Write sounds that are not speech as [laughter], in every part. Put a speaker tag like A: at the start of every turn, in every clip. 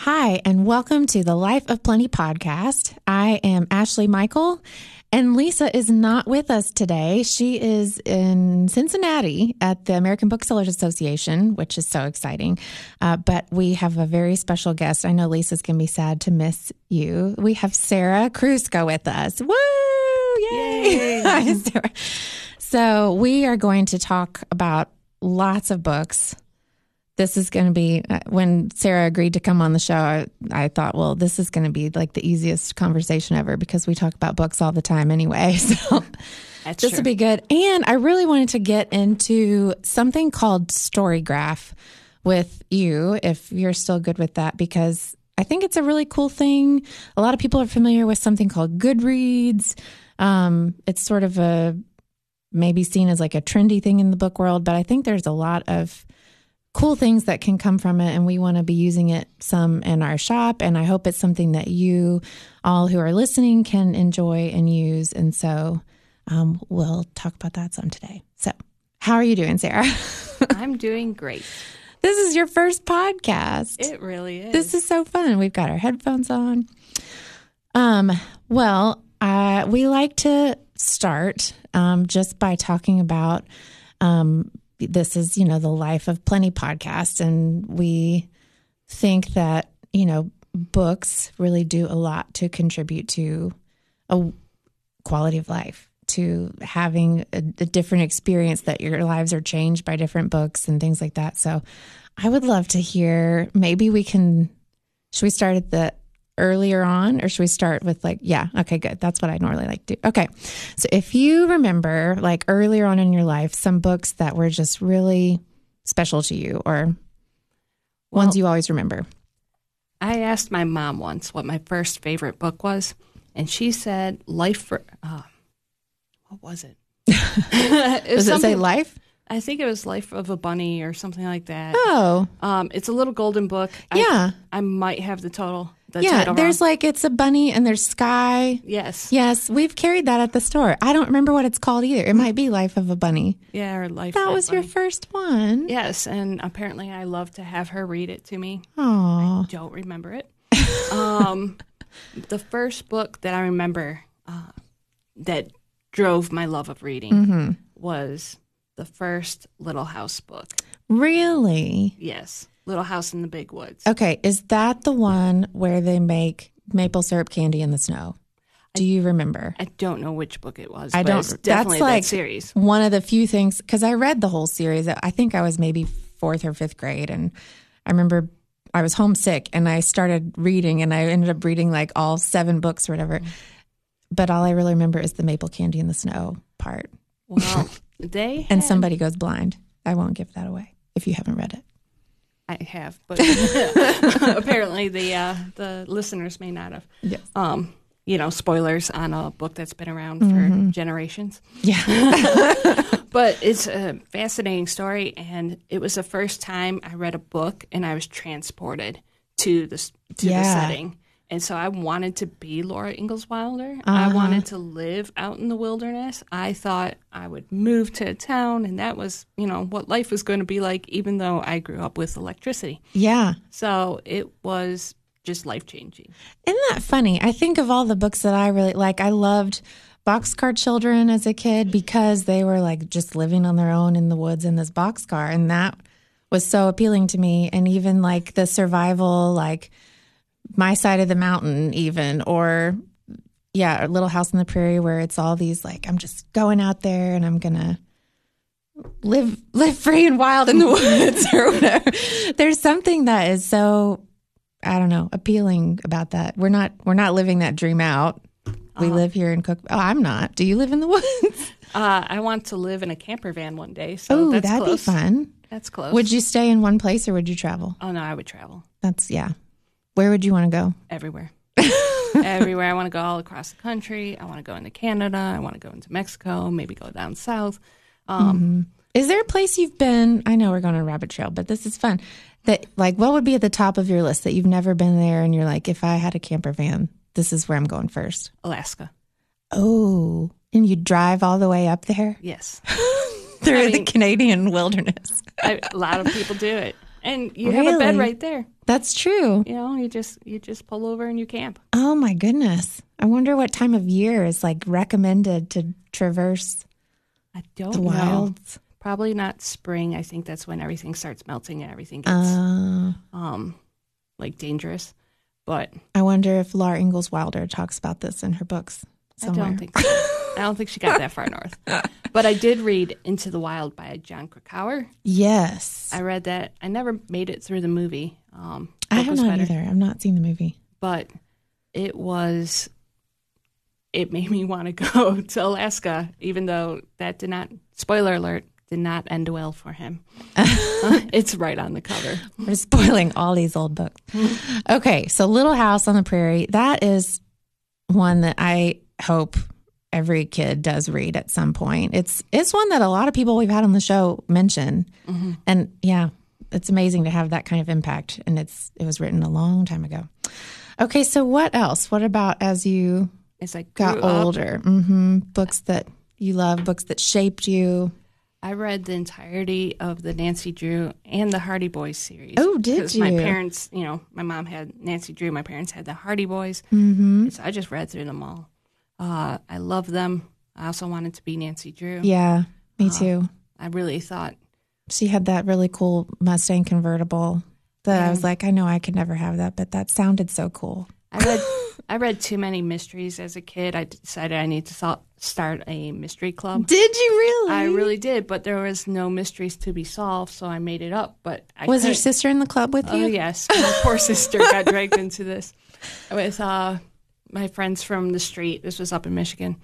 A: Hi, and welcome to the Life of Plenty podcast. I am Ashley Michael, and Lisa is not with us today. She is in Cincinnati at the American Booksellers Association, which is so exciting. Uh, but we have a very special guest. I know Lisa's going to be sad to miss you. We have Sarah Krusko with us. Woo! Yay! [laughs] Hi, Sarah. So, we are going to talk about lots of books this is going to be uh, when Sarah agreed to come on the show. I, I thought, well, this is going to be like the easiest conversation ever because we talk about books all the time anyway. [laughs] So
B: That's
A: this will be good. And I really wanted to get into something called Storygraph with you, if you're still good with that, because I think it's a really cool thing. A lot of people are familiar with something called Goodreads. Um, it's sort of a maybe seen as like a trendy thing in the book world, but I think there's a lot of cool things that can come from it and we want to be using it some in our shop and i hope it's something that you all who are listening can enjoy and use and so um, we'll talk about that some today so how are you doing sarah [laughs]
B: I'm doing great.
A: this is your first podcast
B: It really is.
A: this is so fun we've got our headphones on um, well uh, we like to start um, just by talking about um, this is you know the life of plenty podcast and we think that you know books really do a lot to contribute to a quality of life to having a, a different experience that your lives are changed by different books and things like that so i would love to hear maybe we can should we start at the earlier on or should we start with like yeah okay good that's what i normally like to do okay so if you remember like earlier on in your life some books that were just really special to you or ones you always remember
B: I asked my mom once what my first favorite book was, and she said "Life for." Uh, what
A: [laughs]
B: was it?
A: does
B: it was
A: it say
B: something-
A: life
B: I think it was "Life of a Bunny" or something like that.
A: oh
B: Um, it's a little golden book. I,
A: Yeah.
B: I might have the total. The
A: yeah
B: title
A: there's
B: wrong.
A: like it's a bunny and there's sky
B: yes,
A: yes we've carried that at the store i don't remember what it's called either it might be life of a bunny
B: yeah, or "Life."
A: that
B: of a
A: was your
B: Bunny.
A: first one
B: yes, and apparently I love to have her read it to me.
A: oh
B: don't remember it. [laughs] um, the first book that I remember uh, that drove my love of reading
A: Mm-hmm.
B: was the first Little House book.
A: really
B: Yes, Little House in the Big Woods.
A: Okay, is that the one where they make maple syrup candy in the snow? Do you remember?
B: I don't know which book it was.
A: I
B: but
A: don't.
B: It's definitely
A: that's like [laughs]
B: that series.
A: one of the few things because I read the whole series. I think I was maybe fourth or fifth grade, and I remember I was homesick and I started reading, and I ended up reading like all seven books or whatever. But all I really remember is the maple candy in the snow part,
B: Well, they
A: and
B: had-
A: somebody goes blind. I won't give that away if you haven't read it.
B: I have, but [laughs] apparently the uh, the listeners may not have.
A: Yes.
B: Um, you know, spoilers on a book that's been around
A: Mm-hmm.
B: for generations.
A: Yeah. [laughs]
B: But it's a fascinating story, and it was the first time I read a book and I was transported to the s- to the
A: Yeah.
B: setting. And so I wanted to be Laura Ingalls Wilder.
A: Uh-huh.
B: I wanted to live out in the wilderness. I thought I would move to a town, and that was, you know, what life was going to be like. Even though I grew up with electricity,
A: yeah.
B: so it was just life changing.
A: Isn't that funny? I think of all the books that I really like. I loved Boxcar Children as a kid because they were like just living on their own in the woods in this boxcar. And that was so appealing to me. And even like the survival, like my side of the mountain, even, or yeah, or Little House on the Prairie, where it's all these like, I'm just going out there and I'm going to live live free and wild in the [laughs] woods or whatever. There's something that is so I don't know, appealing about that. We're not we're not living that dream out. We live here in Cook. Oh, I'm not. Do you live in the woods?
B: Uh, I want to live in a camper van one day.
A: [laughs]
B: So
A: Oh,
B: that's
A: that'd
B: close.
A: be fun.
B: That's close.
A: Would you stay in one place or would you travel?
B: oh no, I would travel.
A: That's yeah. Where would you want to go? [laughs]
B: everywhere. everywhere. I want to go all across the country. I want to go into Canada. I want to go into Mexico. Maybe go down south. Um,
A: Is there a place you've been? I know we're going on a rabbit trail, but this is fun. That like what would be at the top of your list that you've never been there and you're like, if I had a camper van, this is where I'm going first.
B: Alaska.
A: Oh, and you drive all the way up there
B: Yes,
A: through
B: I
A: the
B: mean-
A: Canadian wilderness.
B: I, a lot of people do it, and you have a bed
A: Really?
B: right there.
A: That's true.
B: You know, you just you just pull over and you camp.
A: Oh my goodness. I wonder what time of year is like recommended to traverse
B: I don't
A: the
B: know.
A: wilds.
B: Probably not spring. I think that's when everything starts melting and everything gets
A: Uh,
B: um like dangerous. But
A: I wonder if Laura Ingalls Wilder talks about this in her books somewhere.
B: I don't think so. I don't think she got that
A: [laughs]
B: far north. But I did read Into the Wild by John Krakauer.
A: yes. I,
B: I read that. I never made it through the movie. Um, book
A: have
B: was
A: not
B: better.
A: either. I've not seen the movie.
B: but it was it made me [laughs] want to go to Alaska, even though that did not spoiler alert did not end well
A: [laughs]
B: for him. [laughs] it's right on the cover.
A: We're [laughs] spoiling all these old
B: [laughs]
A: books. Okay, so Little House on the Prairie, that is one that I hope every kid does read at some point. It's it's one that a lot of people we've had on the show mention.
B: Mm-hmm.
A: And yeah, it's amazing to have that kind of impact and it's it was written a long time ago. Okay, so what else? What about as you
B: It's like
A: got
B: grew up,
A: older? hmm Books that you love, books that shaped you.
B: I read the entirety of the Nancy Drew and the Hardy Boys series.
A: Oh, did
B: 'Cause My
A: you?
B: parents, you know, my mom had Nancy Drew. My parents had the Hardy Boys.
A: Mhm.
B: So I just read through them all. Uh, I love them. I also wanted to be Nancy Drew.
A: Yeah, me
B: Ah.
A: too.
B: I really thought
A: She had that really cool Mustang convertible that I was like, I know I could never have that, but that sounded so cool.
B: I
A: [laughs]
B: read I read too many mysteries as a kid. I decided I need to sol- start a mystery club.
A: Did you really?
B: I really did, but there was no mysteries to be solved, so I made it up. But I
A: was your
B: couldn't-
A: sister in the club with
B: Oh
A: you?
B: yes, my poor sister got dragged into this with uh, my friends from the street. This was up in Michigan,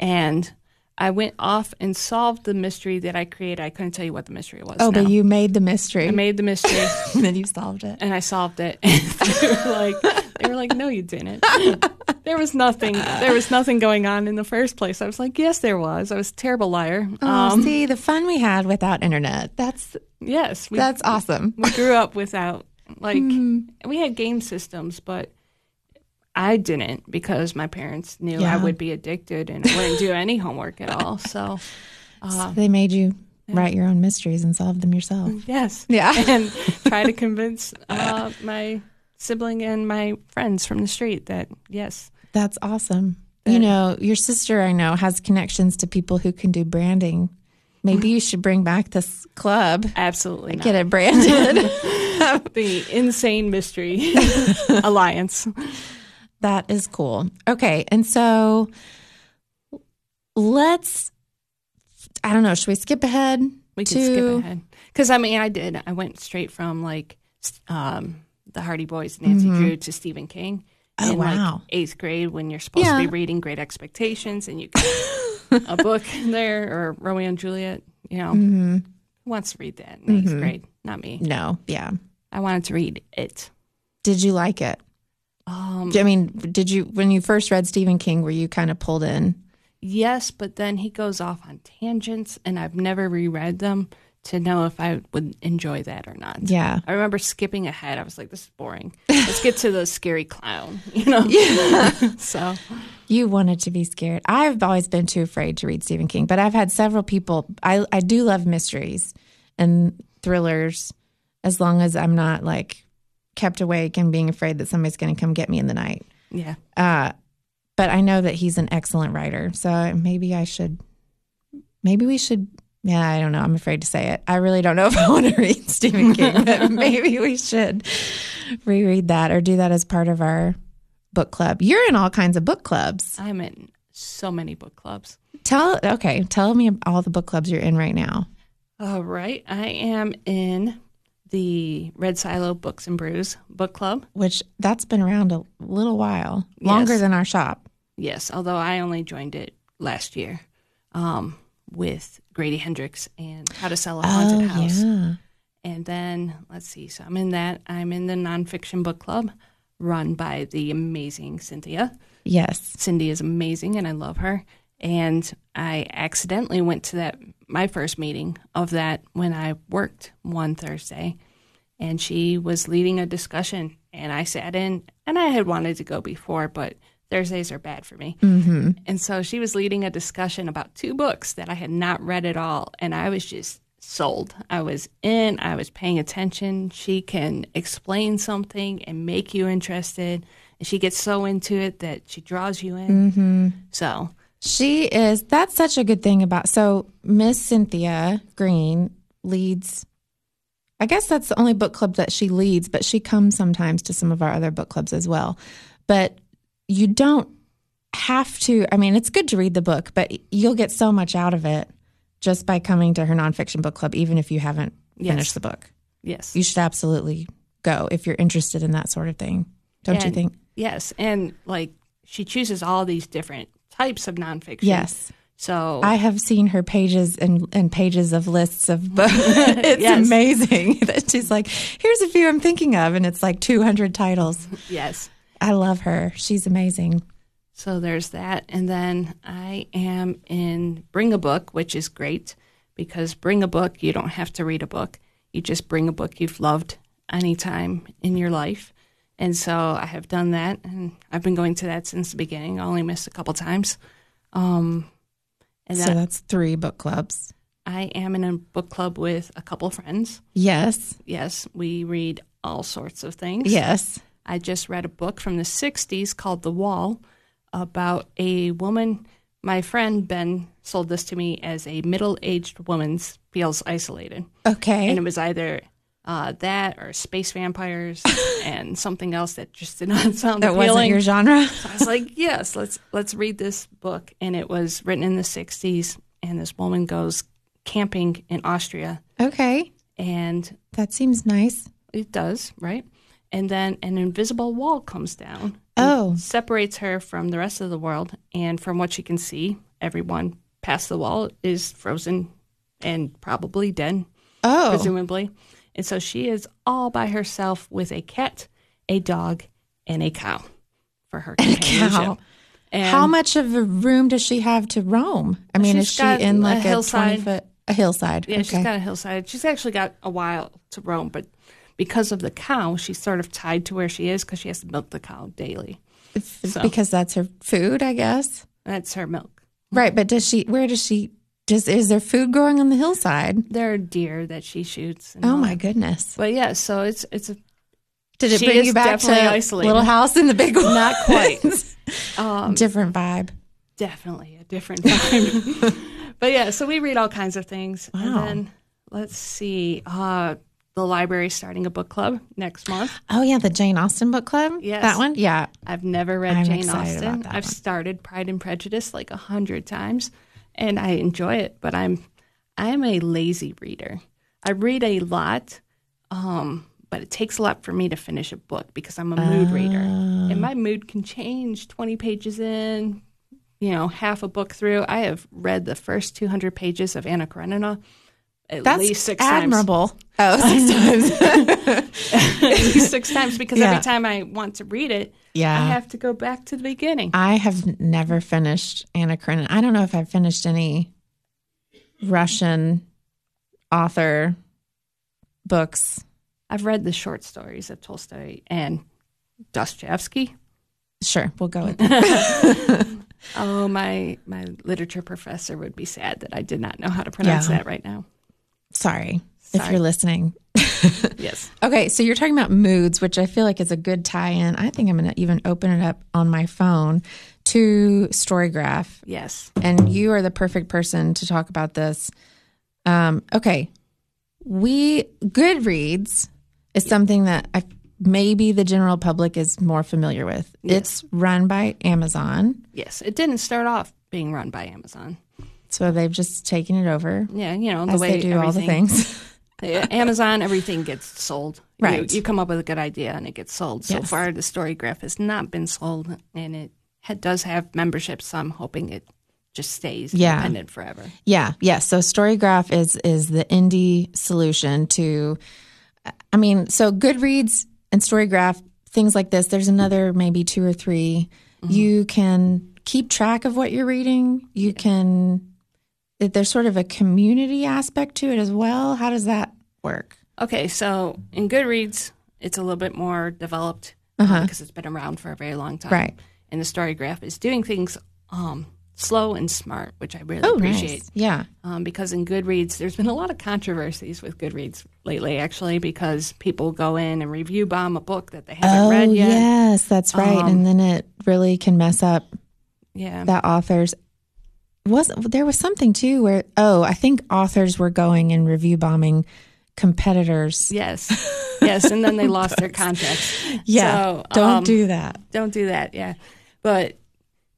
B: and I went off and solved the mystery that I created. I couldn't tell you what the mystery was.
A: Oh,
B: now.
A: but you made the mystery [laughs]
B: I made the mystery.
A: and then you solved it.
B: and I solved it. [laughs] they were like, they were like, no, you didn't. [laughs] there was nothing. There was nothing going on in the first place. I was like, yes, there was. I was a terrible liar. Um,
A: Oh, see the fun we had without internet. That's
B: yes, we,
A: that's awesome.
B: we grew up without like
A: Mm-hmm.
B: we had game systems, but I didn't because my parents knew I
A: Yeah.
B: would be addicted and I wouldn't do any homework at all. So
A: So they made you write your own mysteries and solve them yourself.
B: yes,
A: Yeah.
B: [laughs] and try to convince uh, my sibling and my friends from the street that yes.
A: That's awesome. You know, your sister I know has connections to people who can do branding. Maybe you should bring back this club.
B: Absolutely not.
A: Get it [laughs] branded.
B: the
A: [laughs]
B: insane mystery alliance.
A: That is cool. Okay. And so let's, I don't know, should we skip ahead?
B: We
A: to,
B: can skip ahead because I mean, I did. I went straight from like s- um, the Hardy Boys, Nancy Drew, to Stephen King.
A: Mm-hmm. Oh,
B: in like
A: wow.
B: eighth grade, when you're supposed to
A: Yeah.
B: be reading Great Expectations,
A: [laughs]
B: and you get a book there or Romeo and Juliet. You know,
A: Mm-hmm.
B: who wants to read that in 8th grade? Not me.
A: No. Yeah.
B: I wanted to read it.
A: Did you like it?
B: Um,
A: I mean, did you, when you first read Stephen King, were you kind of pulled in?
B: yes, but then he goes off on tangents, and I've never reread them to know if I would enjoy that or not.
A: Yeah.
B: I remember skipping ahead. I was like, "This is boring. Let's get to the scary clown," [laughs] you know. [laughs] so
A: You wanted to be scared. I've always been too afraid to read Stephen King, but I've had several people. I, I do love mysteries and thrillers as long as I'm not like kept awake and being afraid that somebody's going to come get me in the night.
B: yeah,
A: Uh, but I know that he's an excellent writer, so maybe I should. Maybe we should. Yeah, I don't know. I'm afraid to say it. I really don't know if [laughs] I want to read Stephen King,
B: [laughs]
A: but maybe we should reread that or do that as part of our book club. You're in all kinds of book clubs.
B: I'm in so many book clubs.
A: Tell okay, tell me all the book clubs you're in right now.
B: All right, I am in the Red Silo Books and Brews book club.
A: Which that's been around a little while, longer
B: Yes.
A: than our shop.
B: Yes, although I only joined it last year um, with Grady Hendrix and How to Sell a Haunted House.
A: Oh, yeah.
B: And then let's see. So I'm in that. I'm in the nonfiction book club run by the amazing Cynthia.
A: Yes.
B: Cindy is amazing and I love her. And I accidentally went to that my first meeting of that when I worked one Thursday and she was leading a discussion and I sat in and I had wanted to go before but Thursdays are bad for me. Mm-hmm. And so she was leading a discussion about two books that I had not read at all and I was just sold. I was in, I was paying attention. She can explain something and make you interested. And she gets so into it that she draws you in.
A: Mm-hmm.
B: So,
A: She is. That's such a good thing about. So Miss Cynthia Green leads. I guess that's the only book club that she leads, but she comes sometimes to some of our other book clubs as well. But you don't have to. I mean, it's good to read the book, but you'll get so much out of it just by coming to her nonfiction book club, even if you haven't
B: Yes.
A: finished the book.
B: yes.
A: You should absolutely go if you're interested in that sort of thing. Don't you
B: And-
A: think?
B: Yes. And like she chooses all these different types of nonfiction.
A: Yes.
B: So,
A: I have seen her pages and, and pages of lists of [laughs]
B: [laughs]
A: books. it's
B: Yes.
A: amazing [laughs] that she's like, here's a few I'm thinking of. And it's like 200 titles.
B: yes.
A: I love her. She's amazing.
B: So there's that. And then I am in Bring a Book, which is great because Bring a Book, you don't have to read a book. You just bring a book you've loved any time in your life. And so I have done that. And I've been going to that since the beginning. I only missed a couple times. Um, and
A: so
B: then
A: that's three book clubs.
B: I am in a book club with a couple friends.
A: Yes.
B: Yes, we read all sorts of things.
A: Yes.
B: I just read a book from the 60s called The Wall about a woman. My friend Ben sold this to me as a middle aged woman feels isolated.
A: Okay.
B: And it was either uh, that or
A: [laughs]
B: space vampires and something else that just did not [laughs] sound
A: that wasn't
B: appealing.
A: your genre.
B: I was like, yes, let's let's read this book. And it was written in the 60s. And this woman goes camping in Austria.
A: Okay.
B: And
A: That seems nice.
B: it does, right? And then an invisible wall comes down
A: Oh,
B: separates her from the rest of the world. And from what she can see, everyone past the wall is frozen and probably dead,
A: oh,
B: presumably. And so she is all by herself with a cat, a dog, and a cow for her companionship.
A: cow.
B: And
A: How much of a room does she have to roam? I mean,
B: She's
A: is she
B: got
A: in
B: a
A: like a, 20
B: hillside.
A: foot, a hillside?
B: Yeah, she's got a hillside. She's actually got a while to roam, but because of the cow, she's sort of tied to where she is because she has to milk the cow daily.
A: It's
B: so.
A: Because that's her food, I guess.
B: That's her milk.
A: Right, but does she? Where does she? Does is there food growing on the hillside?
B: There are deer that she shoots. and
A: Oh
B: all
A: my
B: that.
A: goodness!
B: But yeah, so it's it's a
A: Did it
B: Mm. She
A: bring
B: is
A: you back to
B: definitely isolated.
A: Little House in the Big One?
B: Not quite.
A: [laughs]
B: um,
A: Different vibe.
B: definitely a different time.
A: [laughs]
B: but yeah, so we read all kinds of things.
A: Wow.
B: And then let's see, uh, the library's starting a book club next month.
A: Oh yeah, the Jane Austen book club.
B: Yes.
A: that one. Yeah.
B: I've never read
A: I'm
B: Jane
A: excited
B: Austen.
A: about that
B: I've
A: one.
B: started Pride and Prejudice like a hundred times, and I enjoy it. But I'm I'm a lazy reader. I read a lot, um, but it takes a lot for me to finish a book because I'm a mood reader, and my mood can change twenty pages in. You know, half a book through. I have read the first 200 pages of Anna Karenina at
A: That's
B: least six times [laughs]
A: admirable. [laughs] Oh, six times.
B: six times because
A: Yeah.
B: every time I want to read it,
A: Yeah.
B: I have to go back to the beginning.
A: I have never finished Anna Karenina. I don't know if I've finished any Russian author books.
B: I've read the short stories of Tolstoy and Dostoevsky.
A: Sure, we'll go with
B: [laughs]
A: that.
B: Oh, my my literature professor would be sad that I did not know how to pronounce
A: Yeah.
B: that right now.
A: Sorry, if
B: Sorry.
A: you're listening.
B: Yes.
A: Okay, so you're talking about moods, which I feel like is a good tie-in. I think I'm going to even open it up on my phone to Storygraph,
B: Yes.
A: and you are the perfect person to talk about this. Um, okay, we Goodreads is something that I, maybe the general public is more familiar with. It's run by Amazon,
B: Yes. It didn't start off being run by Amazon.
A: so they've just taken it over
B: Yeah, you know, the
A: as
B: way
A: they do all the
B: everything-
A: things.
B: Yeah, Amazon, everything gets sold. You-
A: Right.
B: You, come up with a good idea and it gets sold. So
A: Yes.
B: far, the Storygraph has not been sold and it ha- does have memberships. So I'm hoping it just stays
A: Yeah.
B: independent forever.
A: Yeah, yeah. So Storygraph is is the indie solution to, I mean, so Goodreads and Storygraph things like this. There's another maybe two or 3
B: Mm-hmm.
A: You can keep track of what you're reading. You can. that There's sort of a community aspect to it as well. How does that work?
B: Okay, so in Goodreads, it's a little bit more developed uh, because it's been around for a very long time.
A: Uh-huh. Right.
B: And the story graph is doing things um, slow and smart, which I really
A: Oh,
B: appreciate.
A: nice. Yeah.
B: Um, because in Goodreads, there's been a lot of controversies with Goodreads lately, actually, because people go in and review bomb a book that they haven't
A: Oh,
B: read yet. Um,
A: yes, that's right. and then it really can mess up
B: Yeah.
A: that authors. Wasn't there was something too where oh I think authors were going and review bombing competitors.
B: Yes. yes. And then they lost
A: [laughs]
B: their contracts.
A: Yeah,
B: So,
A: don't
B: um,
A: do that.
B: Don't do that. Yeah. But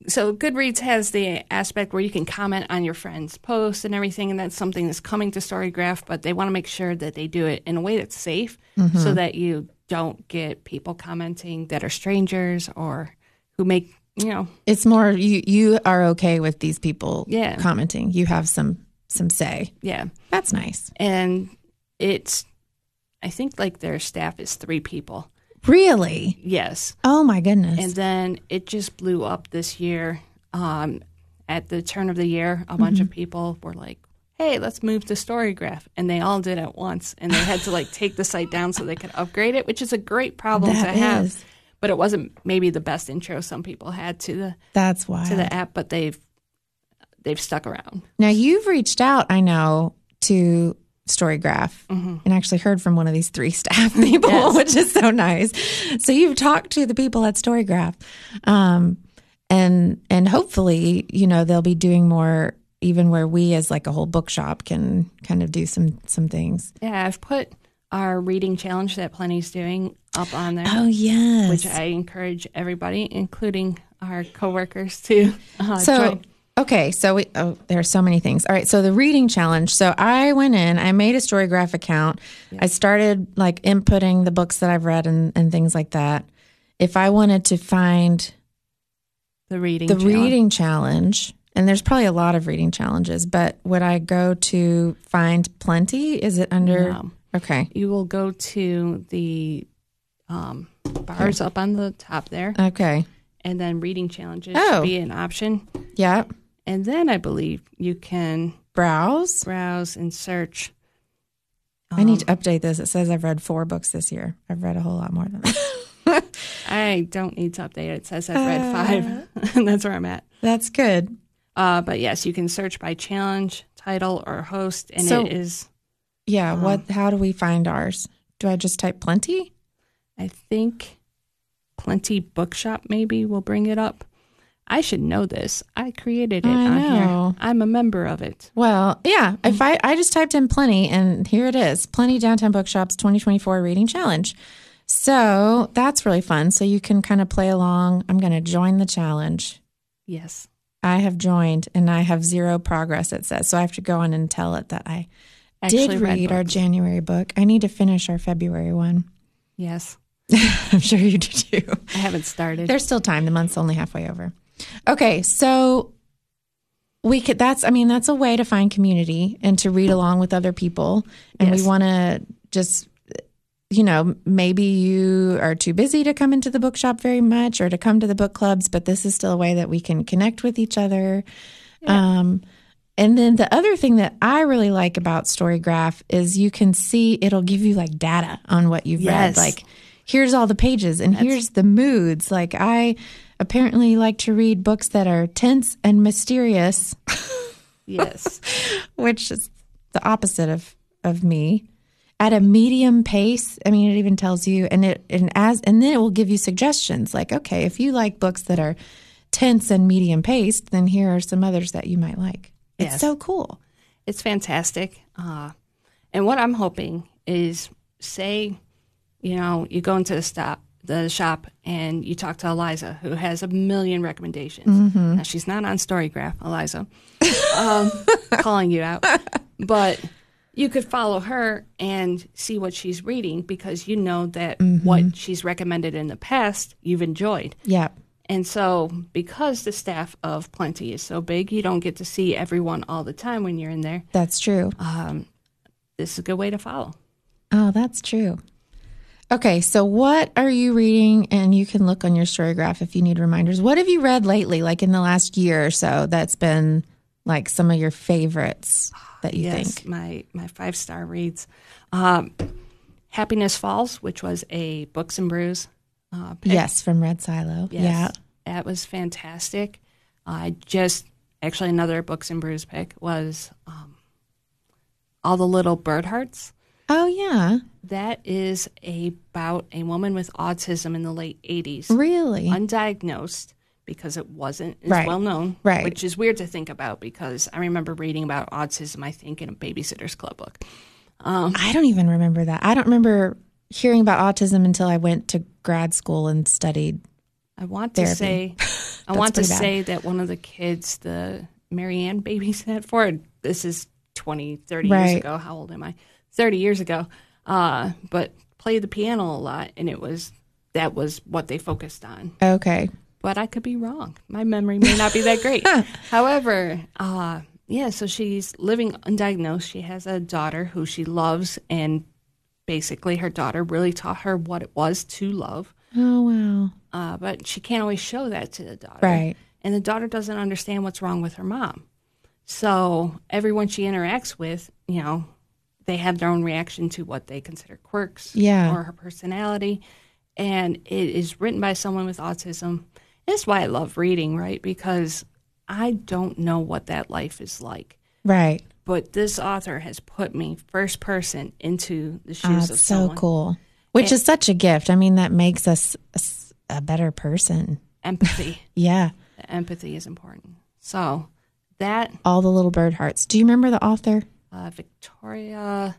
B: so Goodreads has the aspect where you can comment on your friend's posts and everything. And that's something that's coming to Storygraph, but they want to make sure that they do it in a way that's safe so that you don't get people commenting that are strangers or who make, you know,
A: It's more you you are okay with these people
B: Yeah.
A: commenting. You have some some say.
B: yeah.
A: That's nice.
B: And it's, I think like their staff is three people.
A: Really?
B: Yes.
A: Oh my goodness.
B: And then it just blew up this year. Um, at the turn of the year, a bunch of people were like, "Hey, let's move to StoryGraph," and they all did at once, and they had to like take the site down so they could upgrade it, which is a great problem to
A: That
B: have.
A: is.
B: But it wasn't maybe the best intro some people had to the
A: That's wild.
B: to the app, but they've they've stuck around.
A: Now you've reached out, I know, to Storygraph and actually heard from one of these three [laughs] staff people,
B: Yes.
A: which is so nice. So you've talked to the people at Storygraph, um, and and hopefully, you know, they'll be doing more. Even where we, as like a whole bookshop, can kind of do some some things.
B: Yeah, I've put our reading challenge that Plenty's doing up on there.
A: Oh yes.
B: Which I encourage everybody, including our coworkers, to uh,
A: so
B: join.
A: okay so we oh there are so many things all right so the reading challenge so i went in i made a storygraph account i started like inputting the books that i've read and, and things like that if i wanted to find
B: the reading.
A: the
B: challenge.
A: reading challenge and there's probably a lot of reading challenges but would i go to find plenty is it under
B: No.
A: okay
B: you will go to the um, bars up on the top there,
A: okay
B: and then reading challenges
A: Oh.
B: should be an option.
A: yep
B: And then I believe you can
A: browse
B: browse and search.
A: i need to
B: Um,
A: update this it says i've read four books this year i've read a whole lot more than that [laughs]
B: I don't need to update it. It says I've
A: Uh.
B: read five, [laughs] and that's where I'm at.
A: that's good
B: Uh, but yes, you can search by challenge, title, or host, and
A: So-
B: it is.
A: Yeah.
B: Uh-huh.
A: what? How do we find ours? Do I just type plenty?
B: I think Plenty Bookshop maybe will bring it up. I should know this. I created it
A: I
B: on
A: know.
B: here. I'm a member of it.
A: Well, yeah. If I I just typed in plenty, and here it is: plenty downtown bookshops 2024 reading challenge. So that's really fun. So you can kind of play along. I'm going to join the challenge.
B: Yes.
A: I have joined, and I have zero progress. It says so. I have to go on and tell it that I did
B: read
A: read our
B: books.
A: January book. I need to finish our February one. [laughs]
B: Yes.
A: I'm sure you do too.
B: I haven't
A: [laughs]
B: started.
A: There's still time. The month's only halfway over. Okay, so we could. That's. I mean, that's a way to find community and to read along with other people. And
B: Yes.
A: we want to just, you know, maybe you are too busy to come into the bookshop very much or to come to the book clubs, but this is still a way that we can connect with each other. Um, and then the other thing that I really like about Storygraph is you can see it'll give you like data on what you've read.
B: Yes.
A: Like, here's all the pages and here's the moods. Like, I apparently like to read books that are tense and mysterious,
B: yes.
A: which is the opposite of, of me. At a medium pace, I mean, it even tells you, and it and as and then it will give you suggestions like, okay, if you like books that are tense and medium paced, then here are some others that you might like. It's
B: Yes.
A: so cool.
B: It's fantastic. Uh, and what I'm hoping is say, you know, you go into the stop the shop and you talk to Eliza, who has a million recommendations. Now, she's not on Storygraph, Eliza. Um, [laughs] calling you out. But you could follow her and see what she's reading because you know that what she's recommended in the past you've enjoyed.
A: Yeah.
B: And so, because the staff of Plenty is so big, you don't get to see everyone all the time when you're in there.
A: That's true.
B: This is a good way to follow.
A: Oh, that's true. Okay, so what are you reading? And you can look on your storygraph if you need reminders. What have you read lately, like in the last year or so, that's been like some of your favorites that you
B: yes,
A: think?
B: my my five star reads, um, "Happiness Falls," which was a Books and Brews. Uh, pick.
A: Yes, from Red Silo.
B: Yes, that was fantastic. I just actually another Books and Brews pick was um, All the Little Bird Hearts.
A: Oh yeah,
B: That is about a woman with autism in the late 80s,
A: really?
B: undiagnosed because it wasn't as
A: Right.
B: well known,
A: Right.
B: which is weird to think about because I remember reading about autism, I think, in a Babysitter's Club book.
A: I don't even remember that. I don't remember hearing about autism until I went to grad school and studied.
B: I want to
A: [laughs]
B: say, I want to
A: pretty bad.
B: say that one of the kids, the Marianne babysat for, and this is 20, 30 years
A: Right.
B: ago. How old am I? 30 years ago. Uh, but played the piano a lot, and it was that was what they focused on.
A: Okay,
B: but I could be wrong. My memory may not be that great. However, uh, yeah, so she's living undiagnosed. She has a daughter who she loves, and basically, her daughter really taught her what it was to love.
A: Oh wow.
B: Uh, but she can't always show that to the daughter.
A: Right.
B: And the daughter doesn't understand what's wrong with her mom. So everyone she interacts with, you know, they have their own reaction to what they consider quirks
A: Yeah.
B: or her personality. And it is written by someone with autism. That's why I love reading, right? Because I don't know what that life is like.
A: Right.
B: But this author has put me first person into the
A: Oh,
B: shoes of
A: it's so
B: someone. Eh.
A: cool. Which is such a gift. I mean, that makes us a, s- a better person.
B: Empathy.
A: [laughs] Yeah.
B: The empathy is important. So that
A: All the little bird hearts. Do you remember the author?
B: uh, Victoria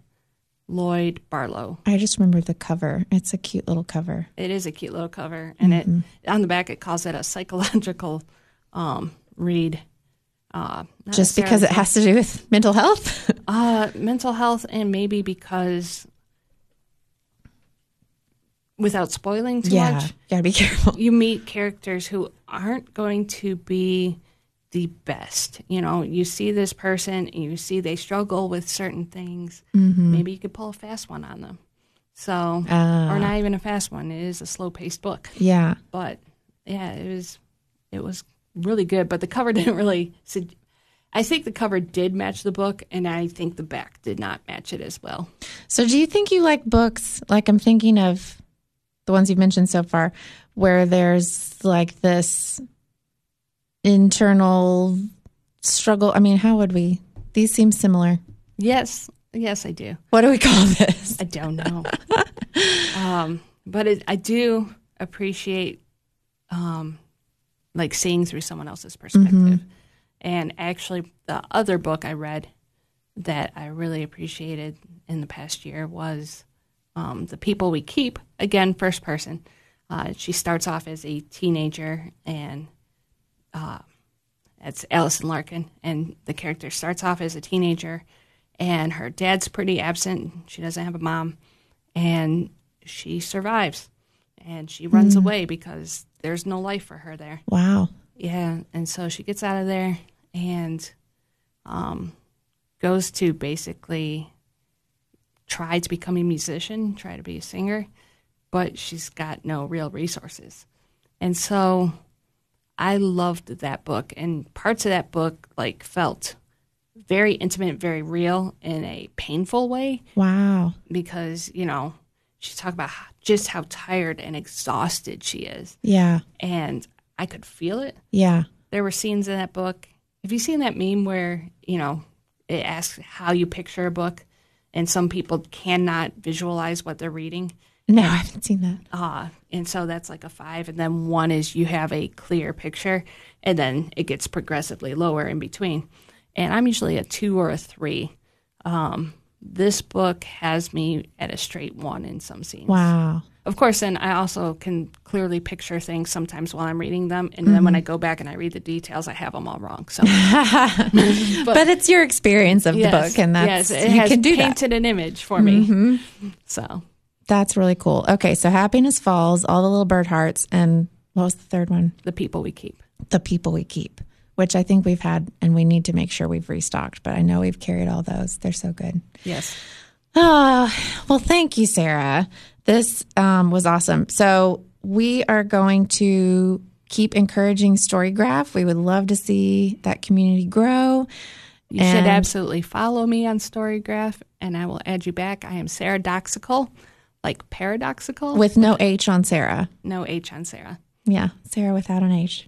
B: Lloyd Barlow.
A: I just remember the cover. It's a cute little cover.
B: It is a cute little cover, and
A: Mm-hmm.
B: it on the back it calls it a psychological um, read. Uh, not
A: Just because it
B: necessarily-
A: has to do with [laughs] mental health.
B: uh, mental health, and maybe because without spoiling too
A: yeah.
B: much,
A: Gotta be careful.
B: you meet characters who aren't going to be the best. You know, you see this person and you see they struggle with certain things.
A: Mm-hmm. Mm.
B: Maybe you could pull a fast one on them. So, or not even a fast one. It is a slow paced book.
A: Uh, Yeah.
B: But yeah, it was, it was really good. But the cover [laughs] didn't really, sug- I think the cover did match the book and I think the back did not match it as well.
A: So, do you think you like books? Like, I'm thinking of the ones you've mentioned so far, where there's like this internal struggle. I mean, how would we? These seem similar.
B: Yes. Yes, I do.
A: What do we call [laughs] this?
B: I don't know. [laughs] um, but it, I do appreciate um, like seeing through someone else's perspective. And actually, the other book I read that I really appreciated in the past year was um, The People We Keep. Again, first person. Uh, she starts off as a teenager and that's Allison Larkin, and the character starts off as a teenager, and her dad's pretty absent. She doesn't have a mom, and she survives, and she runs away because there's no life for her there.
A: Wow.
B: Yeah, and so she gets out of there and um, goes to basically try to become a musician, try to be a singer, but she's got no real resources. And so I loved that book, and parts of that book like felt very intimate, very real in a painful way
A: Wow.
B: because you know she talked about how- just how tired and exhausted she is,
A: Yeah.
B: and I could feel it
A: Yeah.
B: there were scenes in that book. Have you seen that meme where, you know, it asks how you picture a book and some people cannot visualize what they're reading?
A: No, I haven't seen that.
B: Uh, and so that's like a five. And then one is you have a clear picture and then it gets progressively lower in between. And I'm usually a two or a three. Um, this book has me at a straight one in some scenes.
A: Wow.
B: Of course, and I also can clearly picture things sometimes while I'm reading them, and then when
A: Mm-hmm.
B: I go back and I read the details, I have them all wrong.
A: [laughs]
B: So
A: But, it's your experience of the book, and that's
B: yes, it
A: you
B: has
A: can do that. Mm-hmm.
B: painted an image for me. So
A: That's really cool. Okay, so happiness falls, all the little bird hearts, and what was the third one?
B: the people we keep.
A: the people we keep, which I think we've had and we need to make sure we've restocked, but I know we've carried all those. They're so good.
B: Yes,
A: Oh, well, thank you, Sarah. This um, was awesome. So we are going to keep encouraging StoryGraph. We would love to see that community grow.
B: you should
A: And-
B: absolutely follow me on Storygraph, and I will add you back. I am Sarah Doxical, like paradoxical,
A: With no H on Sarah.
B: no H on Sarah.
A: Yeah, Sarah without an H.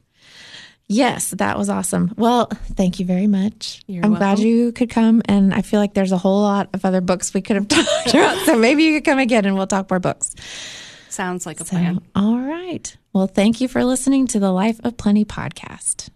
A: Yes, that was awesome. Well, thank you very much.
B: You're
A: I'm glad
B: welcome.
A: you could come, and I feel like there's a whole lot of other books we could have [laughs] talked about. So maybe you could come again, and we'll talk more books.
B: Sounds like a
A: So,
B: plan.
A: all right. Well, thank you for listening to the Life of Plenty podcast.